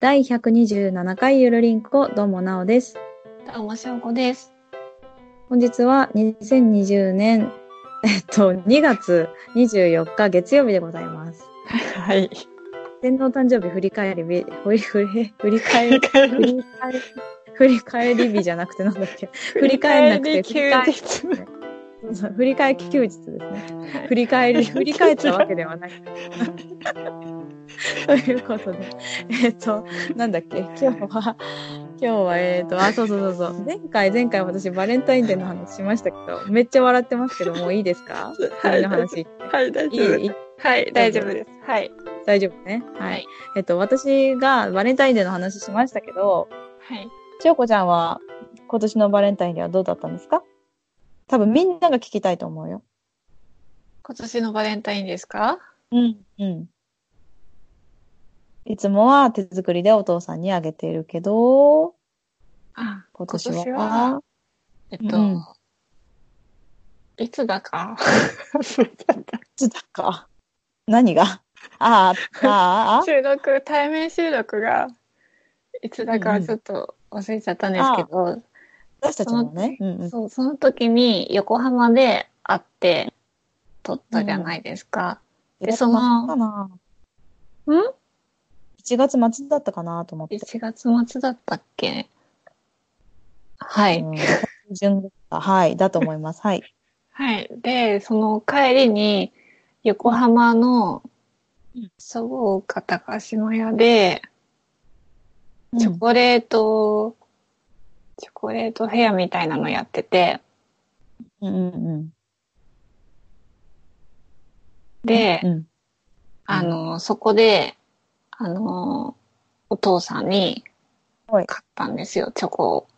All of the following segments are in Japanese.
第127回ゆるりんこ、どうもなおです。どうも、しょうこです。本日は2020年、えっと、2月24日月曜日でございます。はい。天皇誕生日振り返り日、振り、振り、振り返り、振振り返り、振り返り日じゃなくてなんだっけ。りり返ん返んななくてくて、振り返振り返り休日休日。ですね。振り返り、振り返ったわけではない。ということで、えっと、なんだっけ、今日は、今日は、えっと、あ、そうそうそうそう。前回、前回私バレンタインデーの話しましたけど、めっちゃ笑ってますけど、もういいですかは次い、の話。はい、大い丈い夫。いいはい、大丈夫です。はい。大丈夫ね。ははいい。えっと、私がバレンタインデーの話しましたけど、はい。千代子ちゃんは今年のバレンタインデーはどうだったんですか多分みんなが聞きたいと思うよ。今年のバレンタインですかうん。うん。いつもは手作りでお父さんにあげているけど、あ、今年は。今年はえっと、うんいつだ か忘れちゃったいつだか。何がああ、あ あ、収録、対面収録が、いつだかちょっと忘れちゃったんですけど、私たちもね。うんうん。そう、その時に横浜で会って撮ったじゃないですか。でそのかな。ん ?1 月末だったかなと思って。 1月末だったっけはい、うん。順だったはい。だと思います。 はい。はい。で、その帰りに、横浜のうん、そごうか高島屋で、チョコレート、チョコレートフェアみたいなのやってて、うんうんうん。で、うん。あの、そこで、あの、お父さんに、は買いったんですよ、チョコを。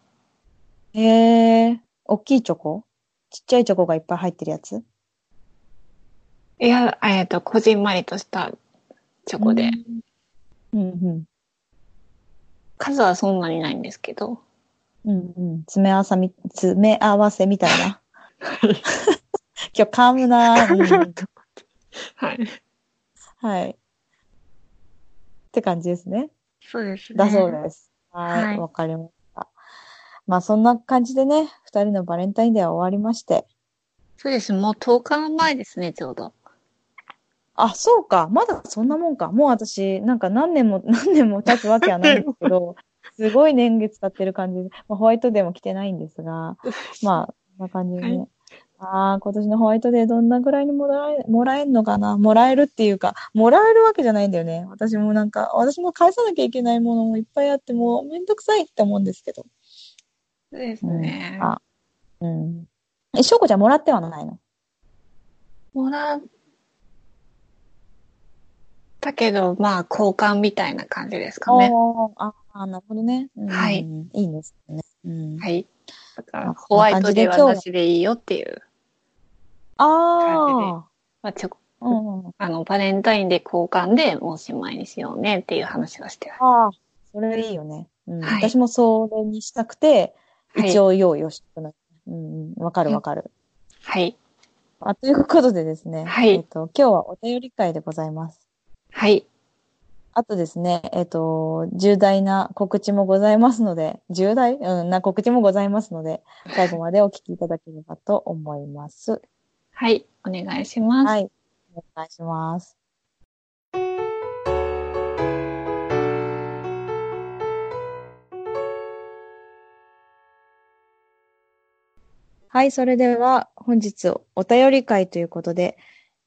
へえ、大きいチョコちっちゃいチョコがいっぱい入ってるやついや、えっ、と、こじんまりとしたチョコで、。うんうん。数はそんなにないんですけど、うんうん。詰め合わせみ、詰め合わせみたいな。今日噛むな、うんはい。はい。って感じですね。そうですね。だそうです。は。はいいわかりました。まあそんな感じでね、二人のバレンタインデーは終わりまして。そうです。もう10日前ですね、ちょうど。あ、そうか。まだそんなもんか。もう私、なんか何年も、 何年も経つわけはないんですけ ど、すごい年月経ってる感じで、まあ、ホワイトデーも来てないんです が、まあ、こんな感じでね。はああ、今年のホワイトデーどんなぐらいにもらえ、もらえるのかなもらえるっていうか、もらえるわけじゃないんだよね。私もなんか、私も返さなきゃいけないものもいっぱいあって、もうめんどくさいって思うんですけど。そうですね。あうん。え、翔子ちゃんもらってはないのもらったけど、まあ、交換みたいな感じですかね。おーああ、なるほどね。うんはいいいんですね。うん。はい。だから、あホワイトデーこんなは感なしでいいよっていう。ああ。まあ、チョコうんうん、あの、バレンタインで交換でもうおしまいにしようねっていう話はしてます。ああ、それいいよね。うんはい私もそれにしたくて、はい一応用意をしたくなる。うんうん、わかるわかる。はい。あ、ということでですね、はいえっと、今日はお便り会でございます。はい。あとですね、えっと、重大な告知もございますので、重大うん、な告知もございますので、最後までお聞きいただければと思います。はい。お願いします。はい。お願いします。はい、それでは本日お便り会ということで、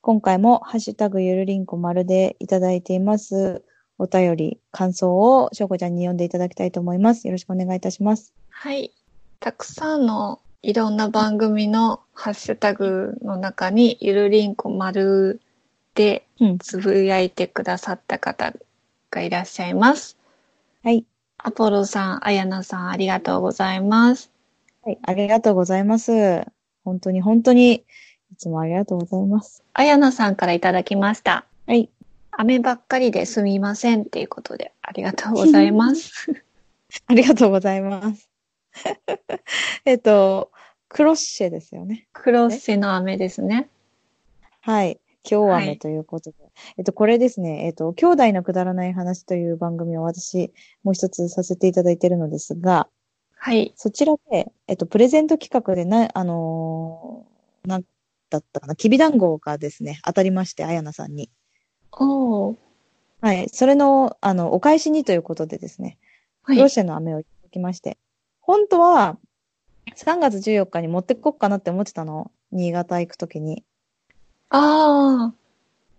今回もハッシュタグゆるりんこまるでいただいています。お便り、感想をしょうこちゃんに読んでいただきたいと思います。よろしくお願いいたします。はい。たくさんのいろんな番組のハッシュタグの中に、ゆるりんこ丸でうんつぶやいてくださった方がいらっしゃいます。はい。アポロさん、あやなさん、ありがとうございます。はい、ありがとうございます。本当に本当に、いつもありがとうございます。あやなさんからいただきました。はい。雨ばっかりですみませんっていうことで、ありがとうござい ます。ありがとうございます。 えっと、クロッシェですよね。クロッセの雨ですね。はい。今日はい雨ということで。えっと、これですね、えっと、兄弟のくだらない話という番組を私、もう一つさせていただいてるのですが、はい。そちらで、えっと、プレゼント企画でな、あのーなんだったかな、きびだんごがですね、当たりまして、あやなさんに。おーはい。それの、あの、お返しにということでですね、はい。ロシアの飴をいただきまして、本当は、3月14日に持ってこっかなって思ってたの、新潟行くときに。ああ。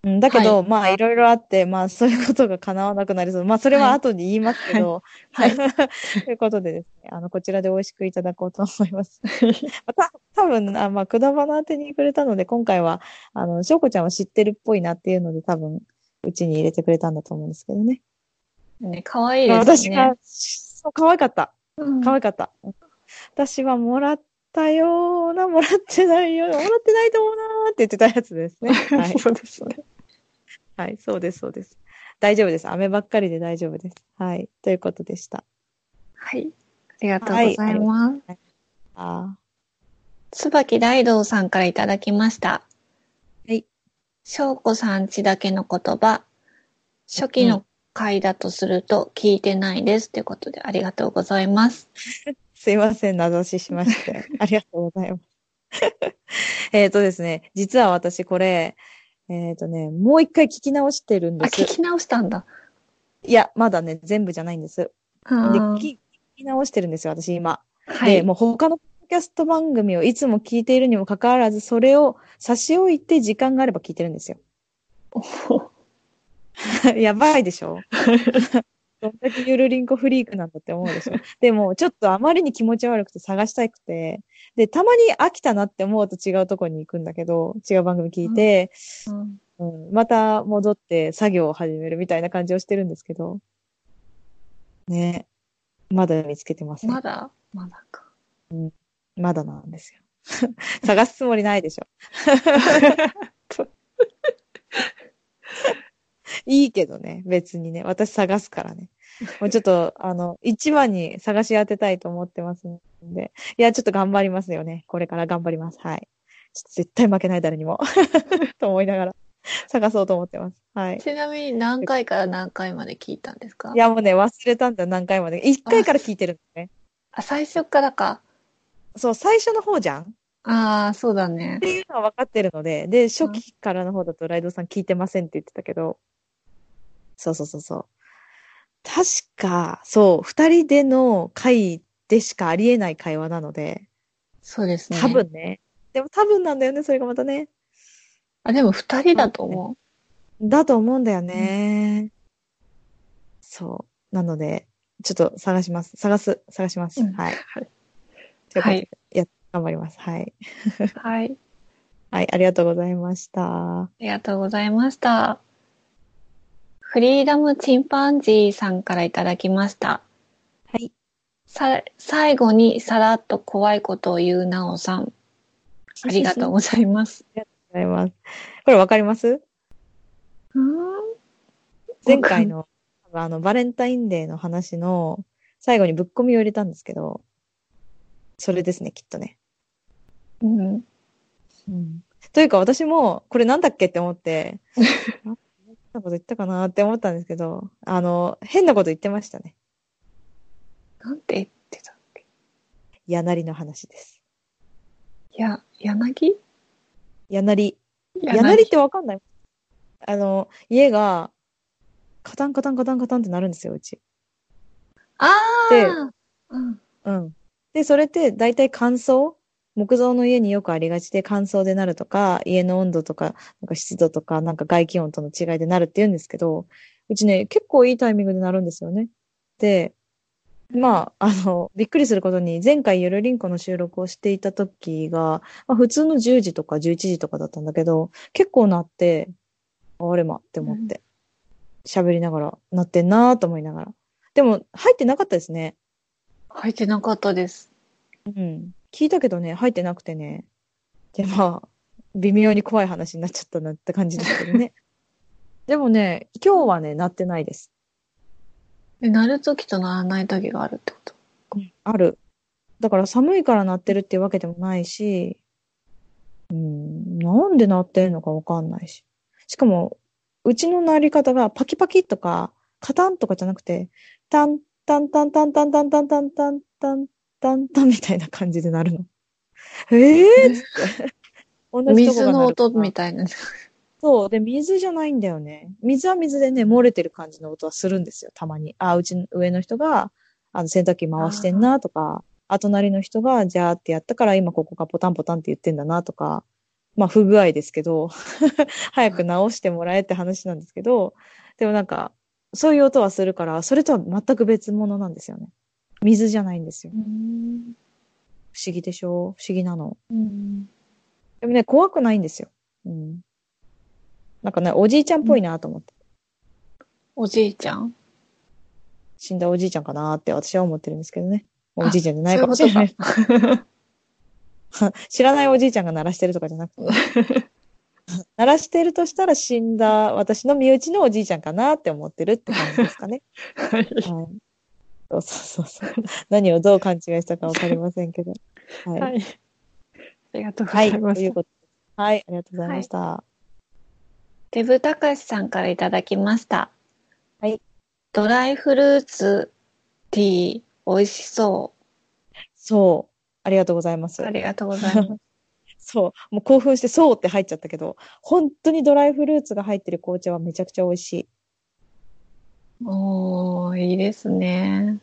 うん、だけど、まあ、いろいろあって、まあ、そういうことが叶わなくなりそう。まあ、それは後に言いますけど、はい。 ということでですね、あの、こちらで美味しくいただこうと思います。 また、多分あまあ、くだばな宛てにくれたので、今回は、あの、しょうこちゃんは知ってるっぽいなっていうので、多分、うちに入れてくれたんだと思うんですけどね。ね、可愛いまあです私ねが、。そう、可愛かった。うん可愛かった。私はもらったような、もらってないような、もらってないと思うなーって言ってたやつです ね。はい。そうですね。はい、そうです、そうです。大丈夫です。雨ばっかりで大丈夫です。はい、ということでした。はい。ありがとうございます。あ椿大道さんからいただきました。はい。翔子さんちだけの言葉。初期の回だとすると聞いてないです。ということでありがとうございます。すいません、名指ししま して。ありがとうございます。 えっとですね、実は私これ、えっ、とね、もう一回聞き直してるんあ、で聞す。き直したんだ。いや、まだね、全部じゃないんです。で、で、聞はき聞き直してるんですよ、私今。で、い。もう他のポッドキャスト番組をいつも聞いているにもかかわらず、それを差し置いて時間があれば聞いてるんですよ。 やばいでしょどんだけゆるりんこフリークなんだって思うでしょでも、ちょっとあまりに気持ち悪くて探したくて、で、たまに飽きたなって思うと違うとこに行くんだけど、違う番組聞いて、うんうん、また戻って作業を始めるみたいな感じをしてるんですけど、ね、まだ見つけてません。まだまだか。まだなんですよ。 探すつもりないでしょ。 いいけどね、別にね。私探すからね。もうちょっと、 あの、一番に探し当てたいと思ってますんで。いや、ちょっと頑張りますよね。これから頑張ります。はい。ちょっと絶対負けない誰にも。 と思いながら探そうと思ってます。はい。ちなみに何回から何回まで聞いたんですかいや、もうね、忘れたんだ、何回まで。一回から聞いてるんだね。あ、最初からか。そう、最初の方じゃんああ、そうだねっ。ていうのは分かってるので、で、初期からの方だとライドさん聞いてませんって言ってたけど、そうそうそうそう。確か、そう、二人での会でしかありえない会話なので、そうですね。多。分ね。でも多分なんだよね、それがまたね。あ、でも二人だと思だと思うんだよね。そう。なので、ちょっと探します。探す。探します。うんはい。という。うことはでい。頑張ります。 はい。はい。はい、ありがとうございました。ありがとうございました。フリーダムチンパンジーさんからいただきました。はい。さ、最後にさらっと怖いことを言うなおさん。ありがとうごございます。ざいます。これわかります前回の、あの、バレンタインデーの話の最後にぶっ込みを入れたんですけど、それですね、きっとね。うん。というか私も、これなんだっけって思って、 あ変なこと言ったかなって思ったんですけど、あの、変なこと言ってましたね。なんて言ってたっけやなりの話です。いや、柳やなり。や柳なりってわかんないあの、家が、カタンカタンカタンカタンってなるんですよ、うち。あであうん。うん。で、それって大体乾燥木造の家によくありがちで乾燥でなるとか、家の温度とか、なんか湿度とか、なんか外気温との違いでなるって言うんですけど、うちね、結構いいタイミングでなるんですよね。で、まあ、あの、びっくりすることに、前回ゆるりんこの収録をしていた時が、まあ、普通の10時とか11時とかだったんだけど、結構なって、あれまって思って、喋りながら、なってんなーと思いながら。でも、入ってなかったですね。入ってなかったです。うん。聞いたけどね、入ってなくてね。で、まあ、微妙に怖い話になっちゃったなって感じですけどね。でもね、今日はね、なってないです。で、鳴る時と鳴らない時があるってこと。ある。だから寒いからなってるっていうわけでもないし、うん、なんでなってるのかわかんないし。しかも、うちの鳴り方がパキパキとか、カタンとかじゃなくて、タン、タンタンタンタンタンタンタンタンタンタンタンみたいな感じで鳴るの。ええー、っつ って。同じとこ水が鳴るの音みたいな。そう。で、水じゃないんだよね。水は水でね、漏れてる感じの音はするんですよ、たまに。あ、うちの上の人が、あの、洗濯機回してんなとか、あ隣の人が、じゃーってやったから、今ここがポタンポタンって言ってんだなとか、まあ、不具合ですけど、 早く直してもらえって話なんですけど、でもなんか、そういう音はするから、それとは全く別物なんですよね。水じゃないんですよ。不思議でしょ不思議なの。うんでもね、怖くないんですよ。うん。なんかね、おじいちゃんっぽいなと思って。おじいち ゃん死んだおじいちゃんかなって私は思ってるんですけどね。あおじいちゃんじゃないかもしれない。 知らないおじいちゃんが鳴らしてるとかじゃなくて。 鳴らしてるとしたら死んだ私の身内のおじいちゃんかなって思ってるって感じですか ね。はい。そうそうそうそう。何をどう勘違いしたかわかりませんけど。はい。はい。ありがとうごはざい。いとます。いうことではい。ありがとうございました。デブたかしさんからいただきました。はい。ドライフルーツティー、美味しそそう。ありがとうございますう。あ。りがとうございます。そう。もう興奮して、そうって入っちゃったけど、本当にドライフルーツが入ってる紅茶はめちゃくちゃ美味しい。 おー、いいですね。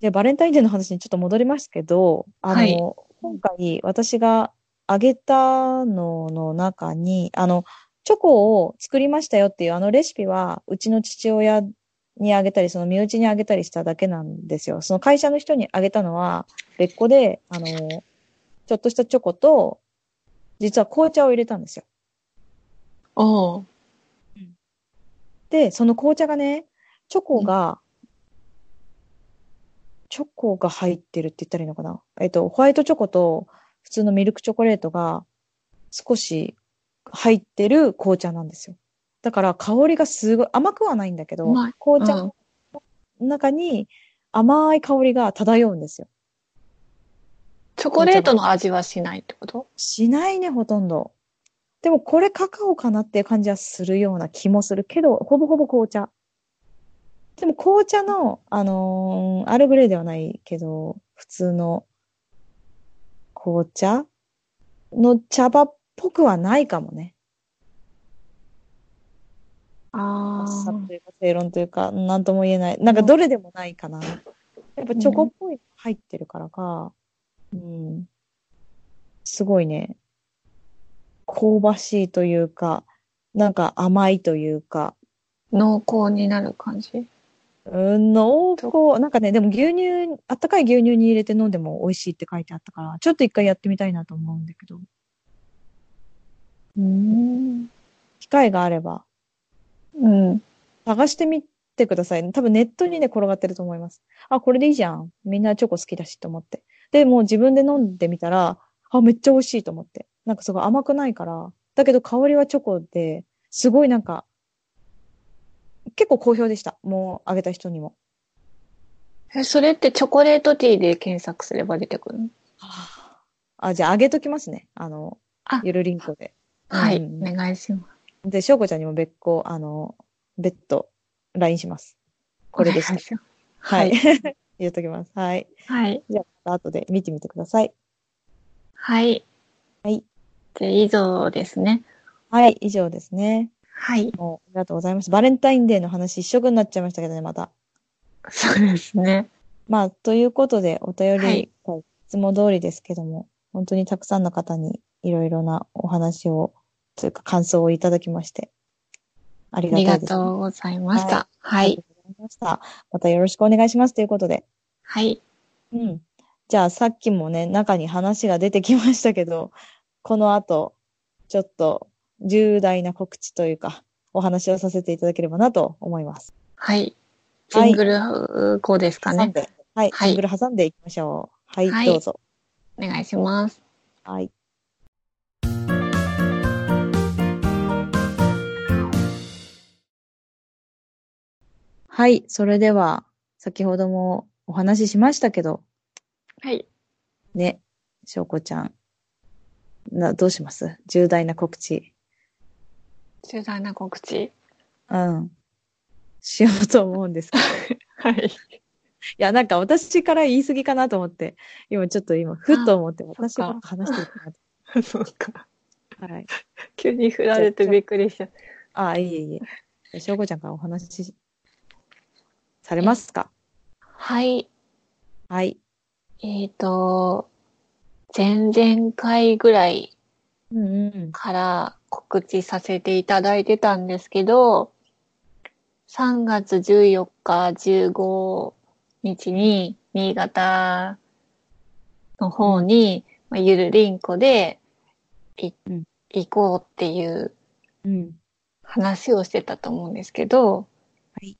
で、バレンタインデーの話にちょっと戻りますけど、あの、はい今回私があげたのの中に、あの、チョコを作りましたよっていうあのレシピは、うちの父親にあげたり、その身内にあげたりしただけなんですよ。その会社の人にあげたのは、別個で、あの、ちょっとしたチョコと、実は紅茶を入れたんですよ。おー、で、その紅茶がね、チョコが、チョコが入ってるって言ったらいいのかなえっと、ホワイトチョコと普通のミルクチョコレートが少し入ってる紅茶なんですよ。だから香りがすごい、甘くはないんだけどうまい、紅茶うんの中に甘い香りが漂うんですよ。チョコレートの味はしないってことしないね、ほとんど。でもこれカカオかなっていう感じはするような気もするけど、ほぼほぼ紅茶。でも紅茶の、あのーアールグレーではないけど、普通の紅茶の茶葉っぽくはないかもね。あさーというか正論というか、なんとも言えない。なんかどれでもないかな。やっぱチョコっぽいの入ってるからか、うん。すごいね、香ばしいというか、なんか甘いというか、濃厚になる感じうん、濃厚。なんかね、でも牛乳、あったかい牛乳に入れて飲んでも美味しいって書いてあったから、ちょっと一回やってみたいなと思うんだけど、うん。機会があればうん。探してみてください。多分ネットにね、転がってると思います。あ、これでいいじゃん。みんなチョコ好きだしと思って。で、もう自分で飲んでみたら、あ、めっちゃ美味しいと思って。なんかすごい甘くないから。だけど香りはチョコで、すごいなんか、結構好評でした。もうあげた人にも。え、それってチョコレートティーで検索すれば出てくるのあ、じゃああげときますね。あのあ、ゆるりんこで。はい、うおん願いします。で、しょうこちゃんにも別個、あの、別途、LINE します。これでしたお願いします。ははいい。 言っときます。はい。はい。じゃあ、また後で見てみてください。はい。はい。で、以上ですね。はい、以上ですね。はい。もう、ありがとうございます。バレンタインデーの話一色になっちゃいましたけどね、また。そうですね。まあ、ということで、お便り、はいい、つも通りですけども、本当にたくさんの方にいろいろなお話を、というか感想をいただきまして、ありあがりたがいですね、とうございました。はい。ありがとうございました。またよろしくお願いしますということで。はい。うん。じゃあ、さっきもね、中に話が出てきましたけど、この後、ちょっと重大な告知というか、お話をさせていただければなと思います。はい。ジはいングル後ですか挟んね。で、はい、はいジングル挟んでいきましょう。はい、はいどうぞ。お願いします。はい。はい、それでは、先ほどもお話ししましたけど、はい。ね、しょうこちゃん。な、どうします重大な告知。重大な告知。うん。しようと思うんですけど。い はい。 や、なんか私から言い過ぎかなと思って、今ちょっと今、ふっと思って、私が話してるかそうか。なと。はい。急に振られてびっくりしちゃっああ、いえいえ。しょうこちゃんからお話しされますかた。はい。はい。えっ、と、前々回ぐらいうんうん。から告知させていただいてたんですけど、3月14日、15日に、新潟の方に、まあゆるりんこでいうん行こうっていううん。話をしてたと思うんですけど、はい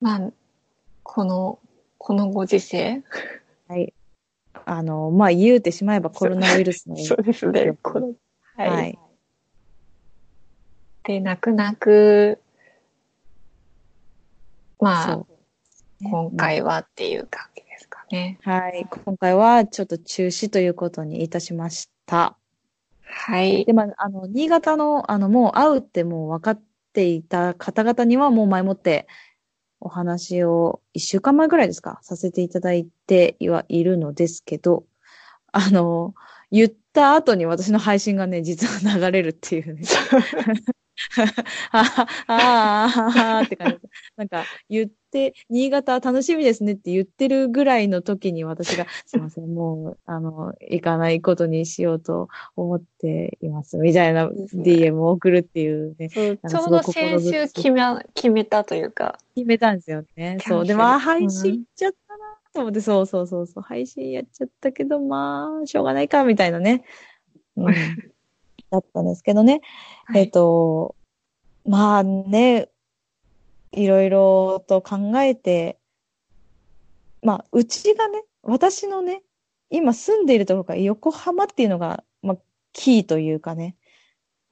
まあ、この、このご時世、はい。あの、まあ、言うてしまえばコロナウイルスの。そうですそねう、この、はい。はいで、泣く泣く、まあ、そうね今回はっていう感じですかね。はい。今回はちょっと中止ということにいたしました。はい。で、まあ、あの、新潟の、あの、もう会うってもう分かっていた方々にはもう前もってお話を一週間前ぐらいですかさせていただいてはいるのですけど、あの、言った後に私の配信がね、実は流れるっていうね。あーあー、あーあーって感じ。なんか、言って、新潟楽しみですねって言ってるぐらいの時に私が、すいません、もう、あの、行かないことにしようと思っています、みたいないですね DM を送るっていうね、そうあのちょうすごどい心先強い週決め、決めたというか、決めたんですよね。キャンセルそう。で、まうあ、ん配信行っちゃったなと思って、そうそうそうそう、配信やっちゃったけど、まあ、しょうがないか、みたいなね。 うん。だったんですけどね。はいえっ、と、まあね、いろいろと考えて、まあ、うちがね、私のね、今住んでいるところが横浜っていうのが、まあ、キーというかね、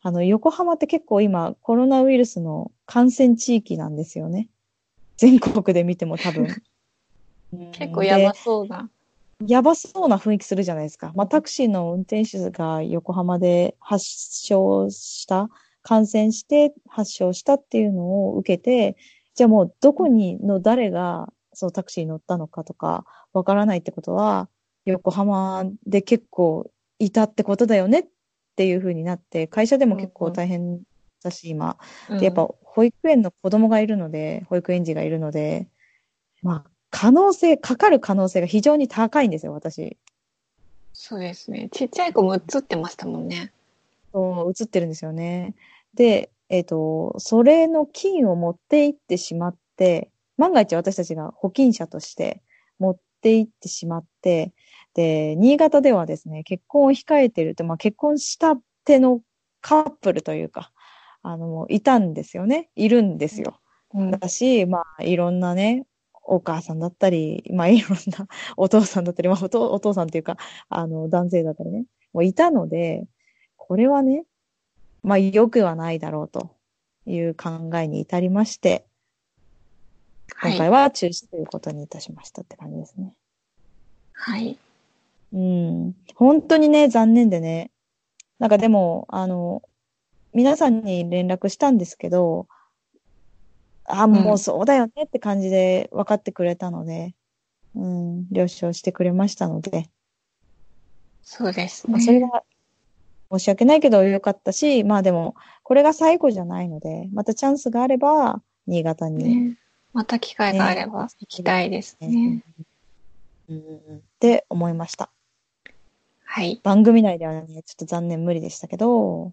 あの、横浜って結構今コロナウイルスの感染地域なんですよね。全国で見ても多分。 結構やばでそうな。やばそうな雰囲気するじゃないですか。まあ、タクシーの運転手が横浜で発症した、感染して発症したっていうのを受けて、じゃあもうどこにの誰がそのタクシーに乗ったのかとかわからないってことは、横浜で結構いたってことだよねっていうふうになって、会社でも結構大変だし、今。うんでやっぱ保育園の子供がいるので、保育園児がいるので、まあ、可能性、かかる可能性が非常に高いんですよ、私。そうですね。ちっちゃい子も映ってましたもんね。そう、映ってるんですよね。で、えっ、と、それの菌を持っていってしまって、万が一私たちが保菌者として持っていってしまって、で、新潟ではですね、結婚を控えてるって、まあ結婚したてのカップルというか、あの、もういたんですよね。いるんですよ。うんだし、まあ、いろんなね、お母さんだったり、まあ、 いろんなお父さんだったり、まあ、お父お父さんっていうか、あの、男性だったりね、もういたので、これはね、まあ、良くはないだろうという考えに至りまして、今は回い。は中止ということにいたしましたって感じですね。はい。うん。本当にね、残念でね。なんかでも、あの、皆さんに連絡したんですけど、あ、もうそうだよねって感じで分かってくれたので、うん、了承してくれましたので、そうですまね。あ、それが申し訳ないけど良かったし、まあでも、これが最後じゃないので、またチャンスがあれば、新潟にね。また機会があれば行きたいですね。うんって思いました。はい。番組内ではね、ちょっと残念無理でしたけど、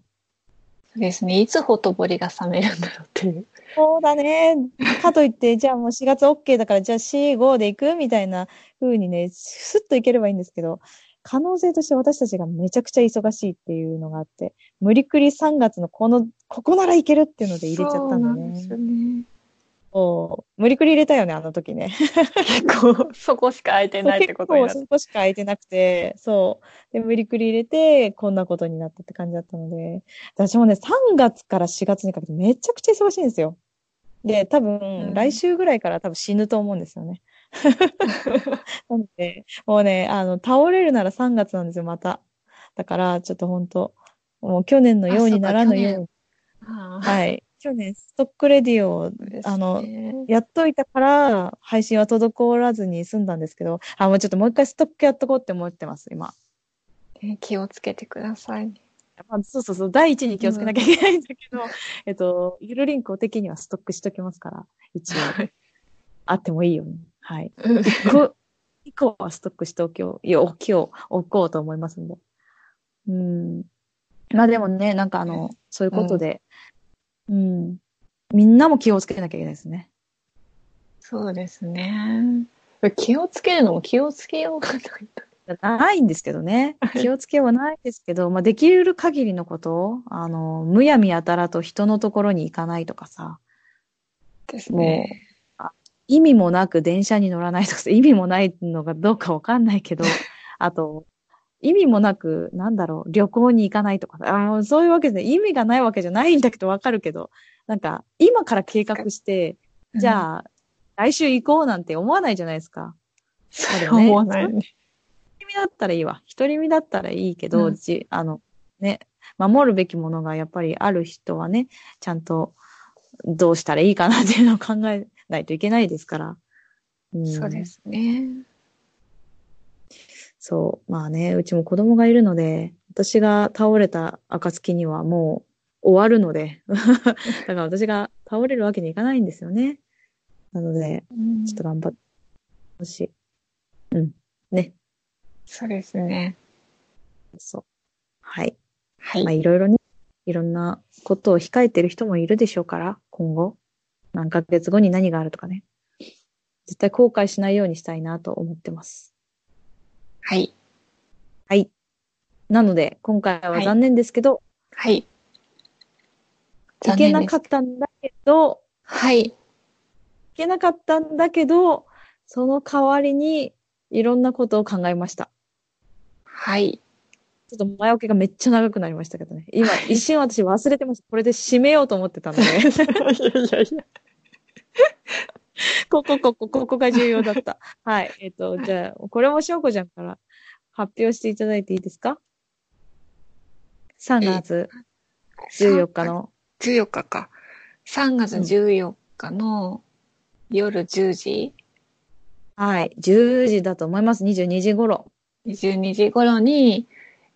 そうですね。いつほとぼりが冷めるんだろうっていう。そうだね。かといって、じゃあもう4月 OK だから、じゃあ4、5で行くみたいな風にね、スッと行ければいいんですけど、可能性として私たちがめちゃくちゃ忙しいっていうのがあって、無理くり3月のこの、ここならいけるっていうので入れちゃったんだそうなんですね。よね。そう無理くり入れたよね、あの時ね。結構、そこしか空いてないってことになっ結構て。そこしか空いてなくて、そう。で、無理くり入れて、こんなことになったって感じだったので、私もね、3月から4月にかけてめちゃくちゃ忙しいんですよ。で、多分、うん来週ぐらいから多分死ぬと思うんですよ ね。なので、もうね、あの、倒れるなら3月なんですよ、また。だから、ちょっと本当もう去年のようにならぬように、ああはい。去年、ストックレディオを、あの、やっといたから、配信は滞らずに済んだんですけど、あ、もうちょっともう一回ストックやっとこうって思ってます、今。ね気をつけてくださいね。まあ、そうそうそう、第一に気をつけなきゃいけないんだけど、えっと、ゆるりんこ的にはストックしときますから、 一応、あってもいいように。はい。こ以降はストックしておきよう、いや、おきよう、おこうと思いますんで。うん。まあでもね、なんかあの、そういうことで、うん、みんなも気をつけなきゃいけないですね。 そうですね。気をつけるのも気をつけようがないと。ないんですけどね。気をつけはないですけど、まあ、できる限りのことを、あの、むやみやたらと人のところに行かないとかさ、ですね。意味もなく電車に乗らないとかさ、意味もないのがどうかわかんない けど、あと、意味もなく、なんだろう、旅行に行かないとかさ、あーそういうわけで、意味がないわけじゃないんだけどわかるけど、なんか、今から計画して、じあ、ゃあ、来週行こうなんて思わないじゃないですか。そう思わないね。一人身だったらいいわ。一人身だったらいいけど、うんじあの、ね、守るべきものがやっぱりある人はね、ちゃんとどうしたらいいかなっていうのを考えないといけないですから。んそうで。すね。そう。まあね、うちも子供がいるので、私が倒れた暁にはもう終わるの で、だから私が倒れるわけにいかないんですよね。なので、うんちょっと頑張ってほしい。うん。ね。そうですね。そう。はい。はい。まあ、いろいろね、いろんなことを控えてる人もいるでしょうから、今後。何ヶ月後に何があるとかね。絶対後悔しないようにしたいなと思ってます。はい。はい。なので、今回は残念ですけど、はい。行けなかっったんだけど、た。はい。行けなかったんだけど、その代わりに、いろんなことを考えました。 はい。ちょっと前置きがめっちゃ長くなりましたけどね。今、一瞬私忘れてました。これで締めようと思ってたので。 ここ、ここ、ここが重要だった。 はい。えっ、と、じゃあ、これもしょうこちゃんから発表していただいていいですか ?3 月14日の。 14日か。3月14日の夜10時、はい。10時だと思います。22時頃。 22時頃に、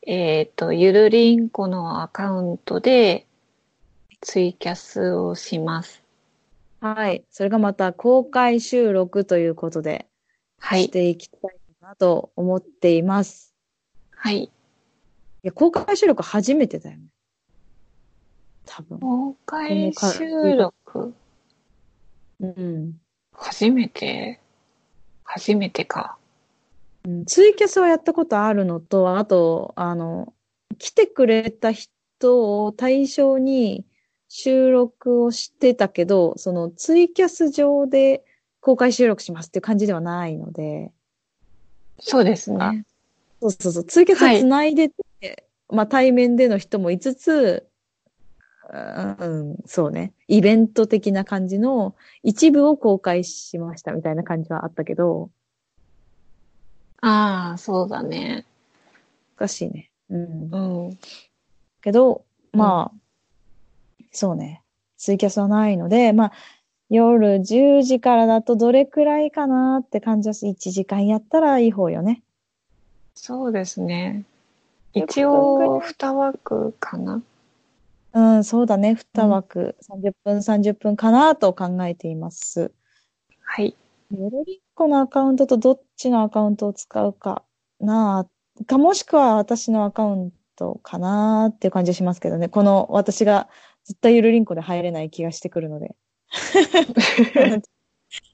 えっ、と、ゆるりんこのアカウントでツイキャスをします。はい。それがまた公開収録ということで、はしい。ていきたいなと思っています。はい。いや、公開収録初めてだよね。多分。公開収録、うん。初めて、初めてか。うんツイキャスはやったことあるのと、あと、あの、来てくれた人を対象に収録をしてたけど、そのツイキャス上で公開収録しますっていう感じではないので、そうですあね。そうそうそう、ツイキャスを繋いでて、まあ対面での人もいつつ、うん、そうね、イベント的な感じの一部を公開しましたみたいな感じはあったけど、ああ、そうだね。おかしいね。うん。うん。けど、まあ、そうね。ツイキャスはないので、まあ、夜10時からだとどれくらいかなって感じはする。1時間やったらいい方よね。そうですね。よく一応、二枠かな。うん、そうだね。2枠、30分、30分かなと考えています。 はい。よろりっこのアカウントとどっちのアカウントを使うかなあか、もしくは私のアカウントかなっていう感じはしますけどね。この私が絶対ゆるりんこで入れない気がしてくるので。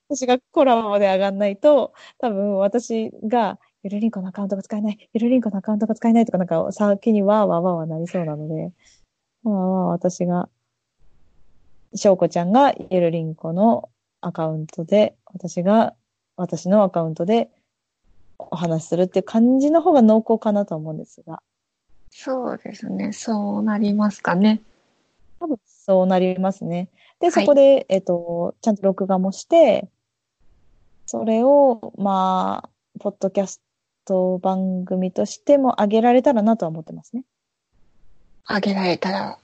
私がコラボで上がんないと、多分私が、ゆるりんこのアカウントが使えない、ゆるりんこのアカウントが使えないとか、なんか先にわーわーわーわーなりそうなので、まあまあ私が、しょうこちゃんがゆるりんこのアカウントで、私が私のアカウントでお話しするっていう感じの方が濃厚かなと思うんですが、そうですね。そうなりますかね。多分そうなりますね。で、はそいこで、えっと、ちゃんと録画もして、それを、まあ、ポッドキャスト番組としても上げられたらなとは思ってますね。あげられたら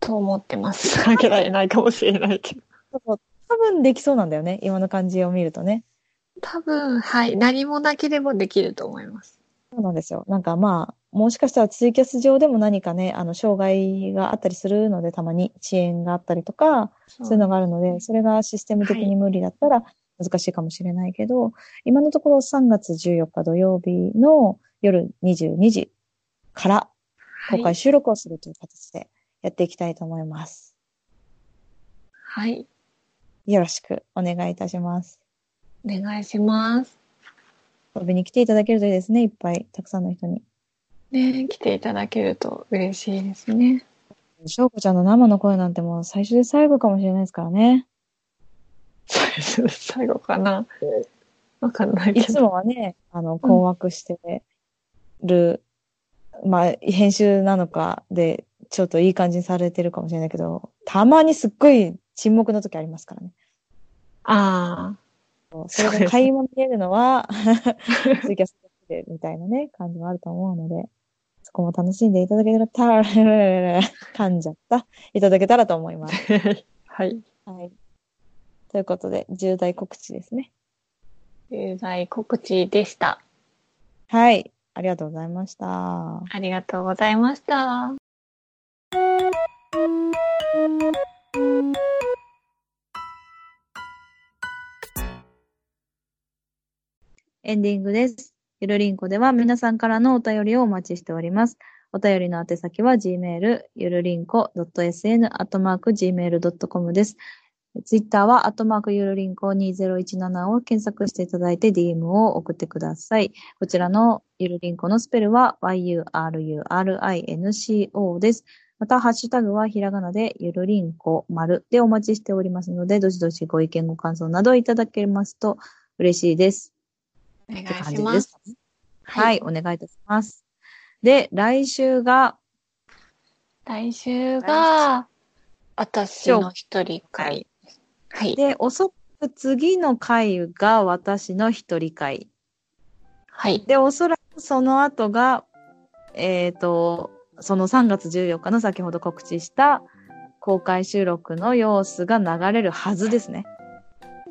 と思ってます。 投げられないかもしれないけど。そう多分できそうなんだよね。今の感じを見るとね。多分、はい。何もなければできると思います。そうなんですよ。なんかまあ、もしかしたらツイキャス上でも何かね、あの、障害があったりするので、たまに遅延があったりとか、そそういうのがあるので、それがシステム的に無理だったら難しいかもしれないけど、今のところ3月14日土曜日の夜22時から公はい開収録をするという形でやっていきたいと思います。はい。よろしくお願いいたします。お願いします。遊びに来ていただけるといいですね、いっぱい、たくさんの人に。ね、来ていただけると嬉しいですね。翔子ちゃんの生の声なんてもう最初で最後かもしれないですからね。最後かな。わかんないいけつど。もはね、あの、困惑してる、まあ、編集なのかで、ちょっといい感じにされてるかもしれないけど、たまにすっごい沈黙の時ありますからね。あそれが垣間見えるのは、ツイキャスでみたいなね、感じもあると思うので、そこも楽しんでいただけたら、噛んじゃった、いただけたらと思います。あ。 はい。はい。ということで、重大告知ですね。重大告知でした。はい。ありがとうございました。ありがとうございました。エンディングです。ゆるりんこでは皆さんからのお便りをお待ちしております。お便りの宛先は gmail、ゆるりんこ .sn、アットマーク gmail.com です。ツイッターは、アットマークゆるりんこ2017を検索していただいて DM を送ってください。こちらのゆるりんこのスペルは yurinco です。また、ハッシュタグはひらがなでゆるりんこ丸でお待ちしておりますので、どしどしご意見ご感想などいただけますと嬉しいです。お願いって感しじま。ですす。はい、お願いいたします。で、来週が、来週が、私の一人会。はい。で、おそらく次の回が私の一人会。はい。で、おそらくその後が、えっ、と、その3月14日の先ほど告知した公開収録の様子が流れるはずですね。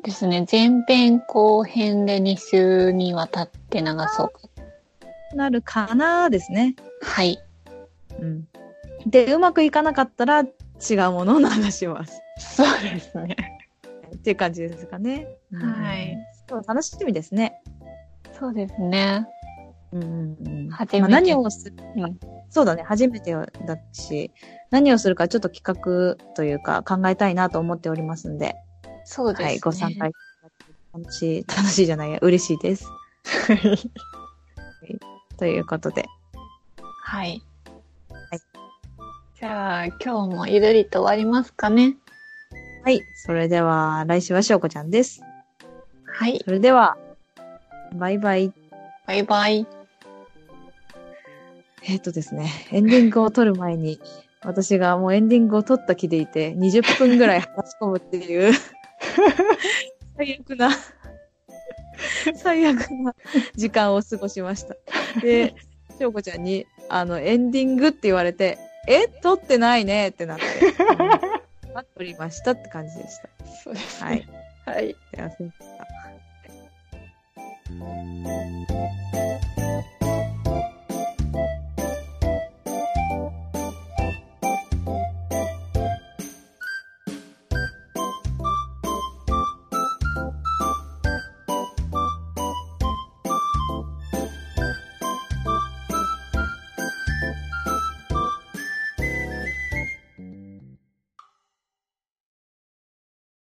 ですね。前編後編で2週にわたって流そうか。なるかなーですね。はい。うん。で、うまくいかなかったら違うものを流します。そうですね。っていう感じですかね。はいうん。そう楽しみですね。そうですね。うんうんうん初めてまあ、何をするか、うんそうだね、初めてだし、何をするかちょっと企画というか考えたいなと思っておりますので、そうですね。はい、ご参加いただけると楽しい、楽しいじゃないや、嬉しいです。ということで、ははい。いじゃあ、今日もゆるりと終わりますかね。はい、それでは来週はしょうこちゃんです。はい。それでは、バイバイ。バイバイ。えっとですね、エンディングを撮る前に、私がもうエンディングを撮った気でいて、20分ぐらい話し込むっていう、 最悪な、最悪な時間を過ごしました。で、翔子ちゃんに、あの、エンディングって言われて、え撮ってないねってなって、あの撮りましたって感じでしそうですた。 はい。はい。すいませんでした